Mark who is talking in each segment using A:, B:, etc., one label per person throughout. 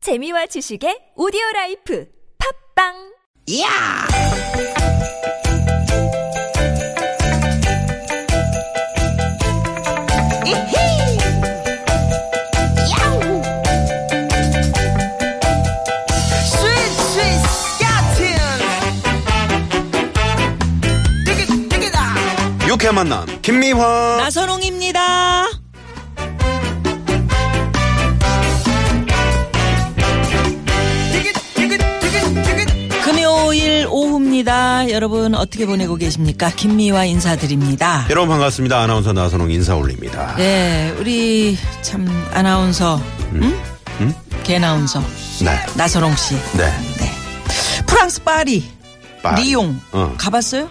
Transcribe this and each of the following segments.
A: 재미와 지식의 오디오 라이프 팝빵
B: 야! 이히! 야우! 스윗, 스윗, 야틴! 띠기, 띠기다!
C: 유쾌한 만남 김미화
D: 나선홍입니다.
B: 띠기, 띠기, 띠기, 띠기.
D: 금요일 오후입니다. 여러분 어떻게 보내고 계십니까? 김미화 인사드립니다.
C: 여러분 반갑습니다 아나운서 나선홍 인사 올립니다
D: 네, 우리 참 아나운서, 응?
C: 음?
D: 개나운서
C: 네,
D: 나선홍 씨.
C: 네.
D: 네. 프랑스 파리,
C: 파리.
D: 리용
C: 어.
D: 가봤어요?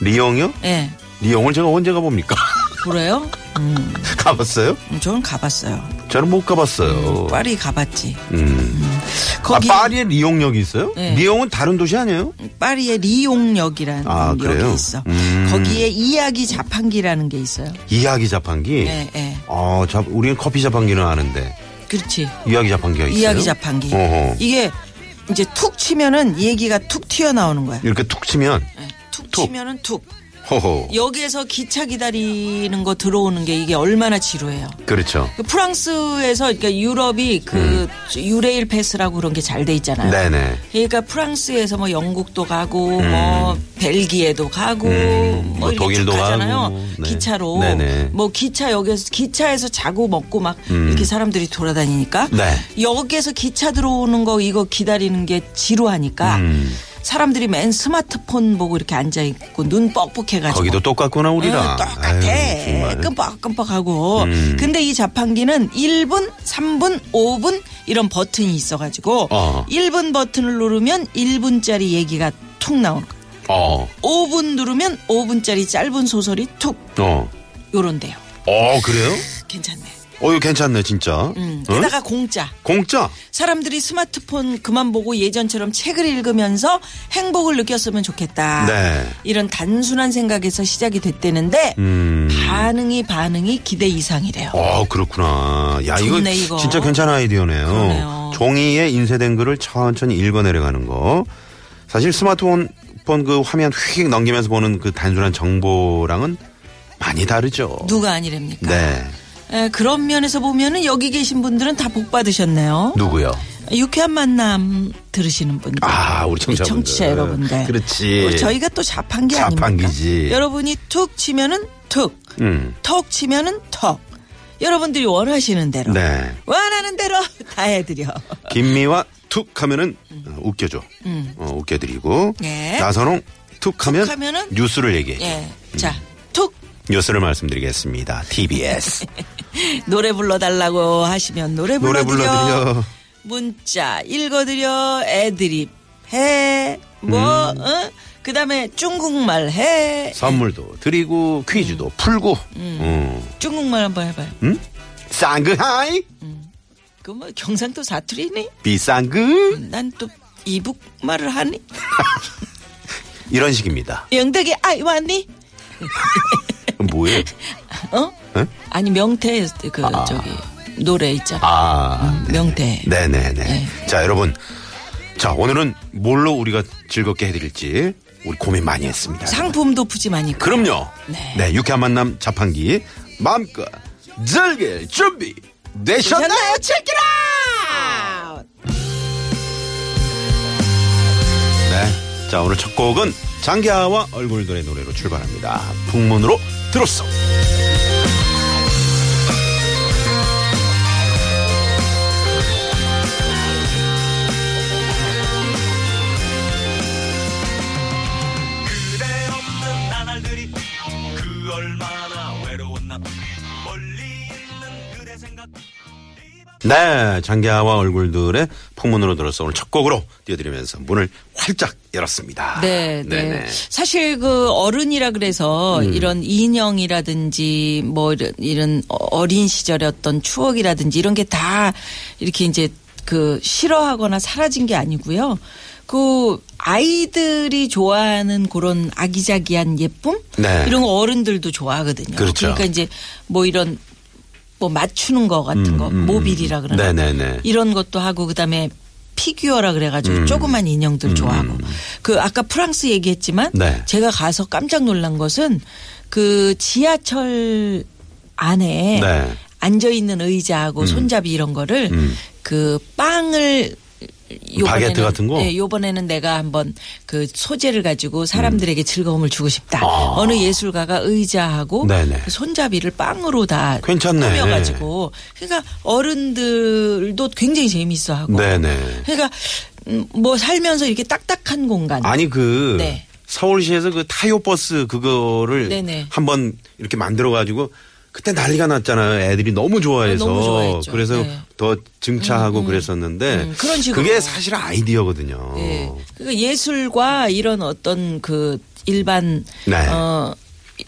C: 리용이요?
D: 예,
C: 리용을 제가 언제 가봅니까?
D: 그래요? 음,
C: 가봤어요?
D: 저는 가봤어요.
C: 저는 못 가봤어요
D: 파리 가봤지.
C: 음.
D: 거기
C: 아, 파리에 리용역이 있어요?
D: 네. 음.
C: 리용은 다른 도시 아니에요?
D: 파리에 리용역이라는
C: 아,
D: 역이
C: 그래요?
D: 있어.
C: 음.
D: 거기에 이야기 자판기라는 게 있어요.
C: 이야기 자판기?
D: 예, 예.
C: 어, 자, 우리는 커피 자판기는 아는데
D: 그렇지.
C: 이야기 자판기가 있어요?
D: 이야기 자판기.
C: 어허.
D: 이게 이제 툭 치면은 얘기가 툭 튀어나오는 거야.
C: 이렇게 툭 치면
D: 예, 툭,
C: 툭.
D: 치면은 툭.
C: 호호
D: 여기에서 기차 기다리는 거 들어오는 게 이게 얼마나 지루해요.
C: 그렇죠
D: 그 프랑스에서 그러니까 유럽이 그 유레일 패스라고 그런 게 잘 돼 있잖아요.
C: 음. 네네
D: 그러니까 프랑스에서 뭐 영국도 가고 뭐 벨기에도 가고
C: 음, 뭐
D: 뭐 이렇게
C: 독일도
D: 쭉 가잖아요.
C: 가고, 네.
D: 기차로
C: 네네.
D: 뭐 기차역에서 기차에서 자고 먹고 막
C: 음.
D: 이렇게 사람들이 돌아다니니까
C: 네.
D: 역에서 기차 들어오는 거 이거 기다리는 게 지루하니까
C: 음.
D: 사람들이 맨 스마트폰 보고 이렇게 앉아 있고 눈 뻑뻑해가지고
C: 거기도 똑같구나 우리랑
D: 어, 똑같아.
C: 아유, 정말.
D: 끔뻑끔뻑하고.
C: 음.
D: 근데 이 자판기는 1분, 3분, 5분 이런 버튼이 있어가지고
C: 어.
D: 1분 버튼을 누르면 1분짜리 얘기가 툭 나오는 거.
C: 어,
D: 5분 누르면 5분짜리 짧은 소설이 툭
C: 어.
D: 요런데요.
C: 어, 그래요?
D: 괜찮네.
C: 어, 이거 괜찮네, 진짜.
D: 음.
C: 응?
D: 게다가 공짜.
C: 공짜?
D: 사람들이 스마트폰 그만 보고 예전처럼 책을 읽으면서 행복을 느꼈으면 좋겠다.
C: 네.
D: 이런 단순한 생각에서 시작이 됐대는데
C: 음.
D: 반응이 반응이 기대 이상이래요.
C: 어, 그렇구나. 야, 이거,
D: 좋네, 이거.
C: 진짜 괜찮은 아이디어네요.
D: 그러네요.
C: 종이에 인쇄된 글을 천천히 읽어 내려가는 거. 사실 스마트폰 그 화면 휙 넘기면서 보는 그 단순한 정보랑은 많이 다르죠.
D: 누가 아니랍니까?
C: 네.
D: 에, 그런 면에서 보면은 여기 계신 분들은 다 복 받으셨네요.
C: 누구요?
D: 유쾌한 만남 들으시는 분들.
C: 아, 우리 청취자분들.
D: 청취자 여러분들.
C: 그렇지.
D: 어, 저희가 또 자판기 아닙니까?
C: 자판기지.
D: 여러분이 툭 치면은 툭,
C: 음.
D: 턱 치면은 턱. 여러분들이 원하시는 대로.
C: 네.
D: 원하는 대로 다 해드려.
C: 김미와 툭 하면은 어, 웃겨줘. 어, 웃겨드리고.
D: 음. 예.
C: 나선홍 툭 하면
D: 툭 하면은?
C: 뉴스를 얘기해.
D: 예. 자, 툭.
C: 뉴스를 말씀드리겠습니다. TBS.
D: 노래 불러달라고 하시면 노래 불러드려.
C: 노래 불러드려.
D: 문자 읽어드려. 애드립 해.
C: 음.
D: 뭐, 어? 그 다음에 중국말 해.
C: 선물도 드리고 퀴즈도 풀고. 음.
D: 중국말 한번 해봐요.
C: 음? 쌍그하이
D: 그 뭐 경상도 사투리니?
C: 비쌍그
D: 난 또 이북말을 하니?
C: 이런 식입니다.
D: 영덕이 아이 왔니?
C: 뭐예요?
D: 어? 아니 명태 그 저기 노래 있잖아.
C: 아,
D: 음, 명태.
C: 네네네.
D: 네.
C: 자 여러분, 자 오늘은 뭘로 우리가 즐겁게 해드릴지 우리 고민 많이 했습니다.
D: 상품도 푸짐하니까.
C: 그럼요.
D: 네.
C: 네, 유쾌한 만남 자판기 마음껏 즐길 준비 되셨나요?
D: 되셨나요? 체키라!
C: 네. 자, 오늘 첫 곡은 장기하와 얼굴들의 노래로 출발합니다. 풍문으로 들었어.
E: 그대 없는 나날들이 그 얼마나 외로웠나 멀리 있는 그대 생각
C: 네. 장기하와 얼굴들의 풍문으로 들었어. 오늘 첫 곡으로 띄워드리면서 문을 활짝 열었습니다.
D: 네, 네.
C: 네네. 음.
D: 사실 그 어른이라 그래서 이런 인형이라든지 뭐 이런- 이런 어린 시절의 어떤 추억이라든지 이런 게 다 이렇게 이제 그 싫어하거나 사라진 게 아니고요. 그 아이들이 좋아하는 그런 아기자기한 예쁨
C: 네.
D: 이런 거 어른들도 좋아하거든요.
C: 그렇죠.
D: 그러니까 이제 뭐 이런 뭐 맞추는 거 같은
C: 음,
D: 거
C: 음,
D: 모빌이라
C: 음.
D: 그러나
C: 네네네.
D: 이런 것도 하고 그다음에 피규어라 그래가지고
C: 음.
D: 조그만 인형들 좋아하고 그 아까 프랑스 얘기했지만
C: 네.
D: 제가 가서 깜짝 놀란 것은 그 지하철 안에
C: 네.
D: 앉아 있는 의자하고 손잡이 이런 거를
C: 음.
D: 그 빵을 요번에는-
C: 바게트 같은 거?
D: 예, 요번에는 내가 한번 그 소재를 가지고 사람들에게 즐거움을 주고 싶다.
C: 음. 아.
D: 어느 예술가가 의자하고
C: 네네.
D: 그 손잡이를 빵으로 다
C: 괜찮네.
D: 꾸며가지고 그러니까 어른들도 굉장히 재미있어하고.
C: 네네.
D: 그러니까 음, 뭐 살면서 이렇게 딱딱한 공간.
C: 아니 그
D: 네.
C: 서울시에서 그 타요 버스 그거를
D: 네네.
C: 한번 이렇게 만들어 가지고 그때 난리가 났잖아요. 애들이 너무 좋아해서
D: 아, 너무 좋아했죠.
C: 그래서
D: 네.
C: 더 증차하고 그랬었는데
D: 음, 그런 식으로.
C: 그게 사실 아이디어거든요.
D: 예. 그러니까 예술과 이런 어떤 그 일반
C: 네.
D: 어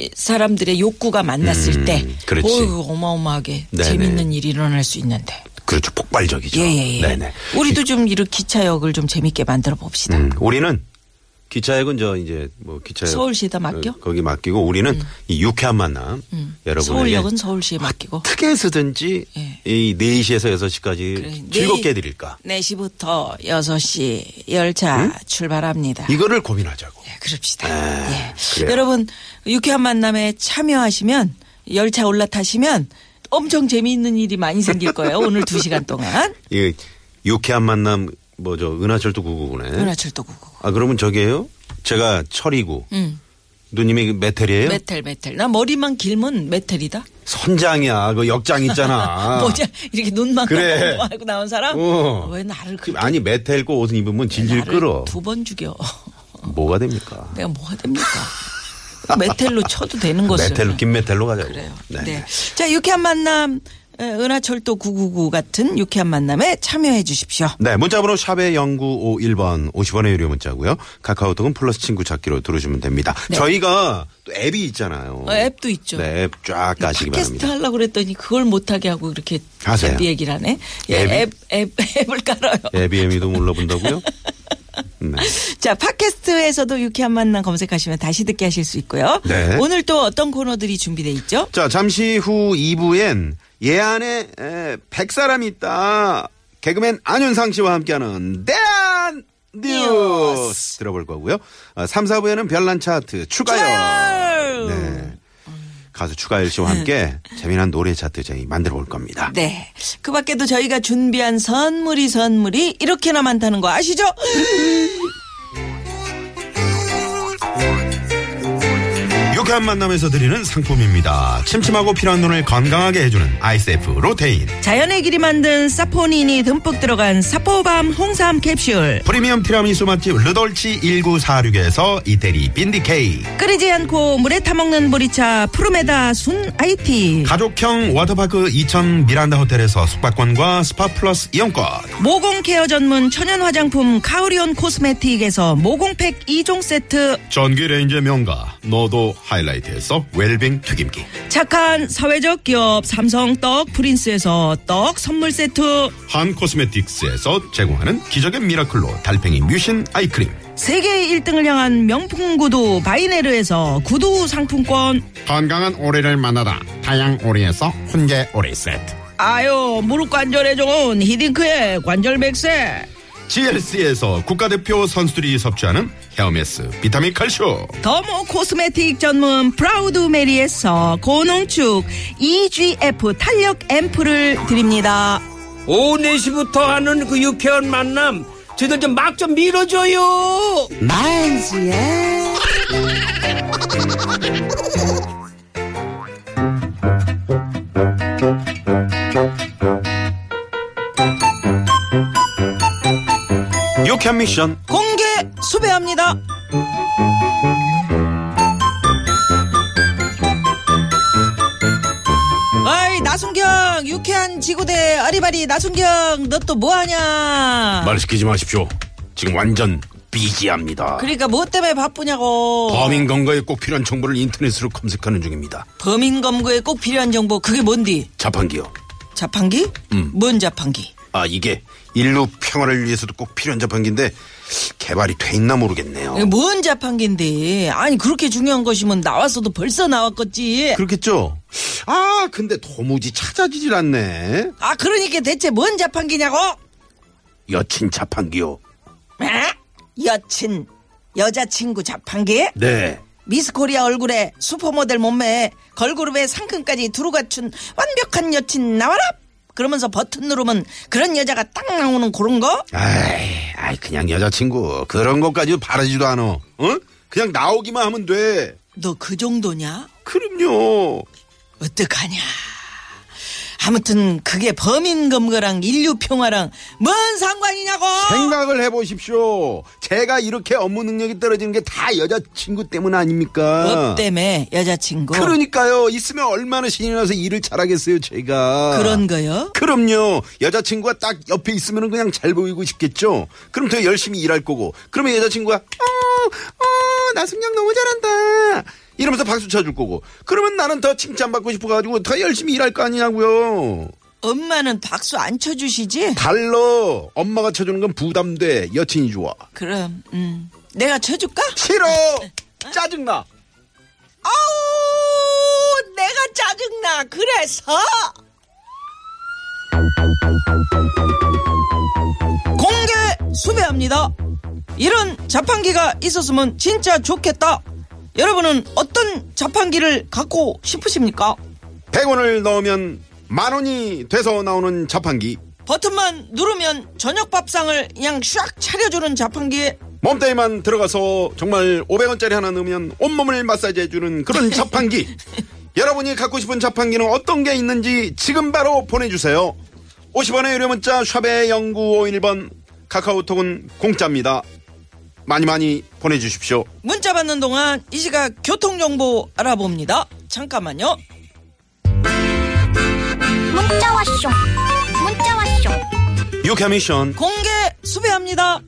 D: 이 사람들의 욕구가 만났을
C: 음,
D: 때,
C: 그렇지.
D: 어이구 어마어마하게
C: 네네.
D: 재밌는 일이 일어날 수 있는데.
C: 그렇죠. 폭발적이죠.
D: 예예예.
C: 네네.
D: 우리도 좀 이런 기차역을 좀 재밌게 만들어 봅시다.
C: 음, 우리는 기차역은 저 이제 뭐 기차역
D: 서울시에다 맡겨? 음.
C: 어, 거기 맡기고 우리는 이 유쾌한 만남 여러분
D: 서울역은 서울시에 맡기고.
C: 아, 특혜서든지
D: 예.
C: 이 4시에서 6시까지
D: 그래, 네.
C: 즐겁게
D: 내일-
C: 해드릴까
D: 4시부터 6시 열차 출발합니다.
C: 이거를 고민하자고.
D: 예, 그럽시다. 예.
C: 아, 그래요.
D: 여러분 유쾌한 만남에 참여하시면 열차 올라타시면 엄청 재미있는 일이 많이 생길 거예요. 오늘 2시간 동안.
C: 이 유쾌한 만남 뭐 저 은하철도 999네.
D: 은하철도 999.
C: 아 그러면 저기예요? 제가 철이고
D: 음.
C: 누님이 그 메텔이에요?
D: 메텔 메텔. 나 머리만 길면 메텔이다.
C: 선장이야. 그 역장 있잖아.
D: 뭐지? 이렇게 눈만
C: 그래.
D: 감고 뭐 나온 사람?
C: 어.
D: 왜 나를
C: 그,
D: 그렇게
C: 아니 메텔 거 옷은 입으면 질질 끌어.
D: 두번 죽여.
C: 뭐가 됩니까?
D: 내가 뭐가 됩니까? 메텔로 쳐도 되는 것을.
C: 메텔로 긴 메텔로 가자고.
D: 그래요.
C: 네.
D: 네. 자, 유쾌한 만남 에, 은하철도 999 같은 유쾌한 만남에 참여해 주십시오.
C: 네, 문자번호 샵의 0951번 50원의 유료 문자고요. 카카오톡은 플러스 친구 찾기로 들어주면 됩니다. 저희가 또 앱이 있잖아요.
D: 네. 어, 앱도 있죠.
C: 네, 앱 쫙 가시기
D: 팟캐스트
C: 바랍니다.
D: 하려고 그랬더니 그걸 못하게 하고 이렇게
C: 하세요.
D: 앱 얘기를 하네. 예,
C: 앱이? 예.
D: 앱, 앱, 앱을 깔아요.
C: 에비에미도 몰라본다고요? 네.
D: 자, 팟캐스트에서도 유쾌한 만남 검색하시면 다시 듣게 하실 수 있고요.
C: 네.
D: 오늘 또 어떤 코너들이 준비돼 있죠?
C: 자, 잠시 후 2부엔 예 안에 에, 100사람이 있다. 개그맨 안윤상 씨와 함께하는 대한 뉴스
D: 뉴스.
C: 들어볼 거고요. 아, 3, 4부에는 별난 차트 추가열.
D: 추가열!
C: 네. 가수 추가열 씨와 함께 재미난 노래 차트 저희 만들어 볼 겁니다.
D: 네. 그 밖에도 저희가 준비한 선물이 선물이 이렇게나 많다는 거 아시죠?
C: 유쾌한 만남에서 드리는 상품입니다. 침침하고 필요한 눈을 건강하게 해주는 아이세프 로테인.
D: 자연의 길이 만든 사포닌이 듬뿍 들어간 사포밤 홍삼 캡슐.
C: 프리미엄 티라미수 맛집 르돌치 1946에서 이태리 빈디 케이크.
D: 끓이지 않고 물에 타먹는 보리차 푸르메다 순 IT.
C: 가족형 워터파크 2000 미란다 호텔에서 숙박권과 스파 플러스 이용권.
D: 모공 케어 전문 천연 화장품 카오리온 코스메틱에서 모공팩 2종 세트.
C: 전기 레인지 명가 너도 하이라이트에서 웰빙 튀김기.
D: 착한 사회적 기업 삼성 떡 프린스에서 떡 선물 세트.
C: 한 코스메틱스에서 제공하는 기적의 미라클로 달팽이 뮤신 아이크림.
D: 세계 1등을 향한 명품 구두 바이네르에서 구두 상품권.
F: 건강한 오리를 만나다 다양 오리에서 훈계 오리 세트
D: 아유 무릎 관절에 좋은 히딩크의 관절 백세.
C: GLC에서 국가대표 선수들이 섭취하는 헤어메스 비타민 칼쇼.
D: 더모 코스메틱 전문 프라우드 메리에서 고농축 EGF 탄력 앰플을 드립니다.
G: 오후 4시부터 하는 그 유쾌한 만남 저희들 좀 막 좀 밀어줘요
C: 유캔 미션.
D: 공개 수배합니다. 아이 나순경 유쾌한 지구대 아리바리 나순경 너 또 뭐하냐?
C: 말 시키지 마십시오. 지금 완전 비지합니다.
D: 그러니까 뭐 때문에 바쁘냐고.
C: 범인 건거에 꼭 필요한 정보를 인터넷으로 검색하는 중입니다.
D: 범인 검거에 꼭 필요한 정보 그게 뭔디?
C: 자판기요.
D: 자판기?
C: 음.
D: 뭔 자판기?
C: 아 이게 인류 평화를 위해서도 꼭 필요한 자판기인데 개발이 돼 있나 모르겠네요.
D: 이게 뭐- 뭔 자판기인데 아니 그렇게 중요한 것이면 나왔어도 벌써 나왔겠지
C: 그렇겠죠. 아, 근데 도무지 찾아지질 않네.
D: 아 그러니까 대체 뭔 자판기냐고?
C: 여친 자판기요.
D: 에? 여친 여자친구 자판기?
C: 네.
D: 미스코리아 얼굴에 슈퍼모델 몸매에 걸그룹의 상큼까지 두루 갖춘 완벽한 여친 나와라! 그러면서 버튼 누르면 그런 여자가 딱 나오는 그런 거?
C: 아이, 아이, 그냥 여자친구. 그런 것까지 바라지도 않아. 어? 그냥 나오기만 하면 돼.
D: 너 그 정도냐?
C: 그럼요.
D: 어떡하냐? 아무튼 그게 범인 검거랑 인류 평화랑 뭔 상관이냐고!
C: 생각을 해보십시오. 제가 이렇게 업무 능력이 떨어지는 게 다 여자친구 때문 아닙니까?
D: 업 때문에 어. 여자친구
C: 그러니까요. 있으면 얼마나 신이 나서 일을 잘하겠어요, 제가.
D: 그런 거요?
C: 그럼요. 여자친구가 딱 옆에 있으면 그냥 잘 보이고 싶겠죠? 그럼 더 열심히 일할 거고. 그러면 여자친구가, 어, 어, 나승양 너무 잘한다. 이러면서 박수 쳐줄 거고. 그러면 나는 더 칭찬받고 싶어가지고 더 열심히 일할 거 아니냐고요.
D: 엄마는 박수 안 쳐주시지?
C: 달러. 엄마가 쳐주는 건 부담돼. 여친이 좋아.
D: 그럼 음 내가 쳐줄까?
C: 싫어. 짜증나.
D: 아우 내가 짜증나 그래서 공개 수배합니다 이런 자판기가 있었으면 진짜 좋겠다 여러분은 어떤 자판기를 갖고 싶으십니까
C: 100원을 넣으면 만 원이 돼서 나오는 자판기.
D: 버튼만 누르면 저녁 밥상을 그냥 샥 차려주는 자판기에
C: 몸뚱이만 들어가서 정말 500원짜리 하나 넣으면 온몸을 마사지해주는 그런 자판기. 여러분이 갖고 싶은 자판기는 어떤 게 있는지 지금 바로 보내주세요. 50원의 유료 문자 샵의 0951번 카카오톡은 공짜입니다. 많이 많이 보내주십시오.
D: 문자 받는 동안 이 시각 교통정보 알아봅니다 잠깐만요
H: 문자 왔쇼 문자 왔쇼
C: 유캐미션
D: 공개 수배합니다.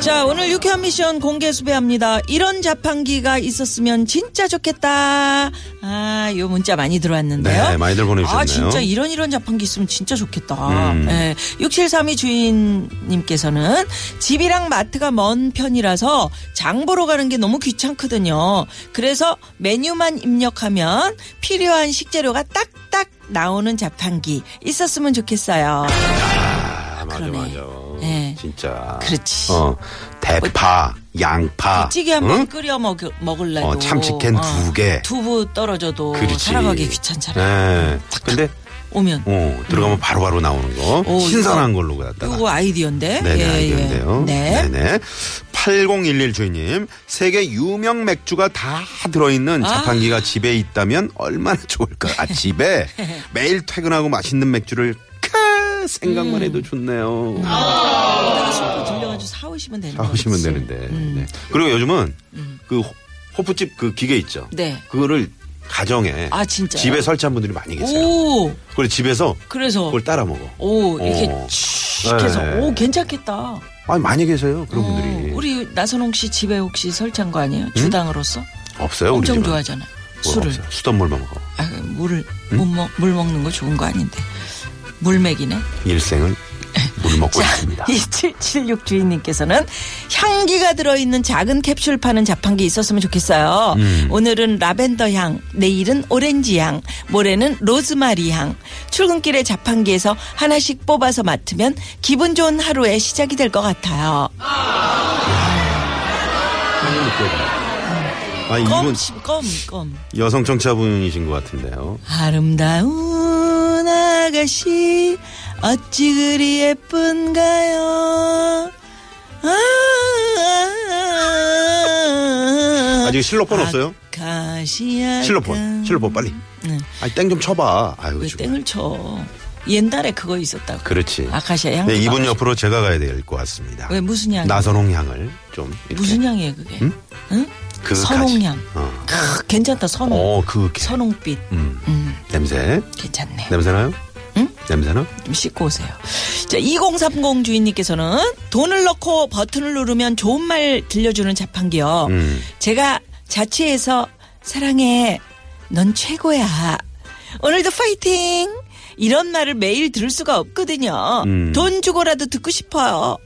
D: 자, 오늘 유쾌한 미션 공개 수배합니다. 이런 자판기가 있었으면 진짜 좋겠다. 아, 요 문자 많이 들어왔는데요.
C: 네, 많이들 보내주셨네요. 음.
D: 아, 진짜 이런 이런 자판기 있으면 진짜 좋겠다. 네, 6732 주인님께서는 집이랑 마트가 먼 편이라서 장 보러 가는 게 너무 귀찮거든요. 그래서 메뉴만 입력하면 필요한 식재료가 딱딱 나오는 자판기 있었으면 좋겠어요.
C: 아, 맞아
D: 그러네.
C: 맞아.
D: 예.
C: 진짜.
D: 그렇지.
C: 어, 대파, 양파,
D: 찌개 한번
C: 아, 응?
D: 끓여 먹을, 먹을래도
C: 어, 참치캔 두 개.
D: 두부 떨어져도
C: 그렇지.
D: 살아가기 귀찮잖아.
C: 네. 근데
D: 오면
C: 어, 들어가면 바로바로 나오는 거.
D: 오,
C: 신선한
D: 이거-
C: 걸로 갖다가.
D: 이거 아이디어인데.
C: 네네, 아이디어인데요.
D: 예, 네.
C: 네네. 8011 주인님, 세계 유명 맥주가 다 들어있는
D: 아.
C: 자판기가 집에 있다면 얼마나 좋을까. 아, 집에 매일 퇴근하고 맛있는 맥주를 캬, 생각만
D: 음.
C: 해도 좋네요.
D: 아, 이따가 슈퍼 들려가지고 음. 사오시면 되는 거.
C: 하시면 되는데. 네. 그리고 요즘은 그 호- 호프집 그 기계 있죠.
D: 네.
C: 그거를 가정에
D: 아, 진짜요?
C: 집에 설치한 분들이 많이 계세요.
D: 오,
C: 그걸 집에서
D: 그래서.
C: 그걸 따라 먹어.
D: 오, 이렇게
C: 어.
D: 칙 해서.
C: 네.
D: 오, 괜찮겠다.
C: 아니 많이 계세요 그런 분들이
D: 오, 우리 나선홍 씨 집에 혹시 설치한 거 아니에요? 주당으로서?
C: 없어요 우리
D: 엄청
C: 집은.
D: 좋아하잖아.
C: 뭐
D: 술을.
C: 없어요. 수돗물만 먹어
D: 아, 물을, 못 먹, 물 먹는 거 좋은 거 아닌데. 물맥이네.
C: 일생을 물 먹고
D: 자,
C: 있습니다
D: 2776 주인님께서는 향기가 들어있는 작은 캡슐 파는 자판기 있었으면 좋겠어요.
C: 음.
D: 오늘은 라벤더 향, 내일은 오렌지 향, 모레는 로즈마리 향. 출근길에 자판기에서 하나씩 뽑아서 맡으면 기분 좋은 하루의 시작이 될 것 같아요.
C: 아
D: 껌,
C: 이분
D: 껌, 껌.
C: 여성 청취자분이신 것 같은데요
D: 아름다운 아가씨 어찌 그리 예쁜가요? 아,
C: 아직 실로폰 없어요?
D: 아카시아 그, 네.
C: 실로폰 실로폰 빨리 아니 땡좀 쳐봐 아유
D: 왜
C: 정말.
D: 땡을 쳐? 옛날에 그거 있었다고.
C: 그렇지
D: 아카시아 향.
C: 네, 이분 옆으로 제가 가야 될 것 같습니다
D: 왜 무슨 향이에요?
C: 나선홍 향을 좀 이렇게
D: 무슨 향이에요 그게?
C: 응?
D: 응?
C: 그윽하지.
D: 선홍향.
C: 어,
D: 크, 괜찮다 선홍.
C: 어 그윽해
D: 선홍빛.
C: 음.
D: 음,
C: 냄새
D: 괜찮네요.
C: 냄새나요?
D: 응?
C: 냄새나?
D: 좀 씻고 오세요. 자, 2030 주인님께서는 돈을 넣고 버튼을 누르면 좋은 말 들려주는 자판기요.
C: 음.
D: 제가 자취해서 사랑해. 넌 최고야. 오늘도 파이팅. 이런 말을 매일 들을 수가 없거든요.
C: 음.
D: 돈 주고라도 듣고 싶어요.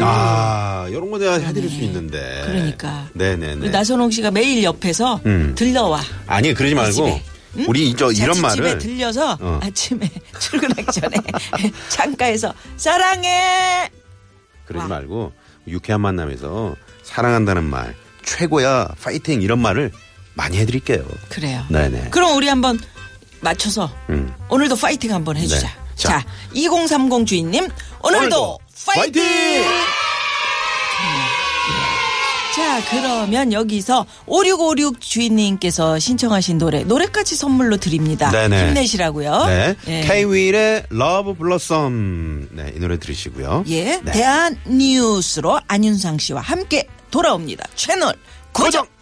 C: 아, 이런 거 내가 해드릴 수 있는데.
D: 네. 그러니까.
C: 네네네.
D: 우리 나선홍 씨가 매일 옆에서
C: 음.
D: 들러와.
C: 아니, 그러지 말고.
D: 집에. 응?
C: 우리 저 이런
D: 자취집에
C: 말을.
D: 들려서
C: 어.
D: 아침에 출근하기 전에 창가에서 사랑해.
C: 그러지
D: 와.
C: 말고 유쾌한 만남에서 사랑한다는 말 최고야 파이팅 이런 말을 많이 해드릴게요.
D: 그래요.
C: 네네.
D: 그럼 우리 한번 맞춰서
C: 음.
D: 오늘도 파이팅 한번 해주자.
C: 네. 자.
D: 자, 2030 주인님 오늘도 파이팅! 네. 자, 그러면 여기서 5656 주인님께서 신청하신 노래 노래까지 선물로 드립니다.
C: 네네.
D: 힘내시라고요.
C: 네.
D: 예.
C: 케이윌의 러브 블러썸. 네, 이 노래 들으시고요.
D: 예,
C: 네.
D: 대한 뉴스로 안윤상 씨와 함께 돌아옵니다. 채널 고정.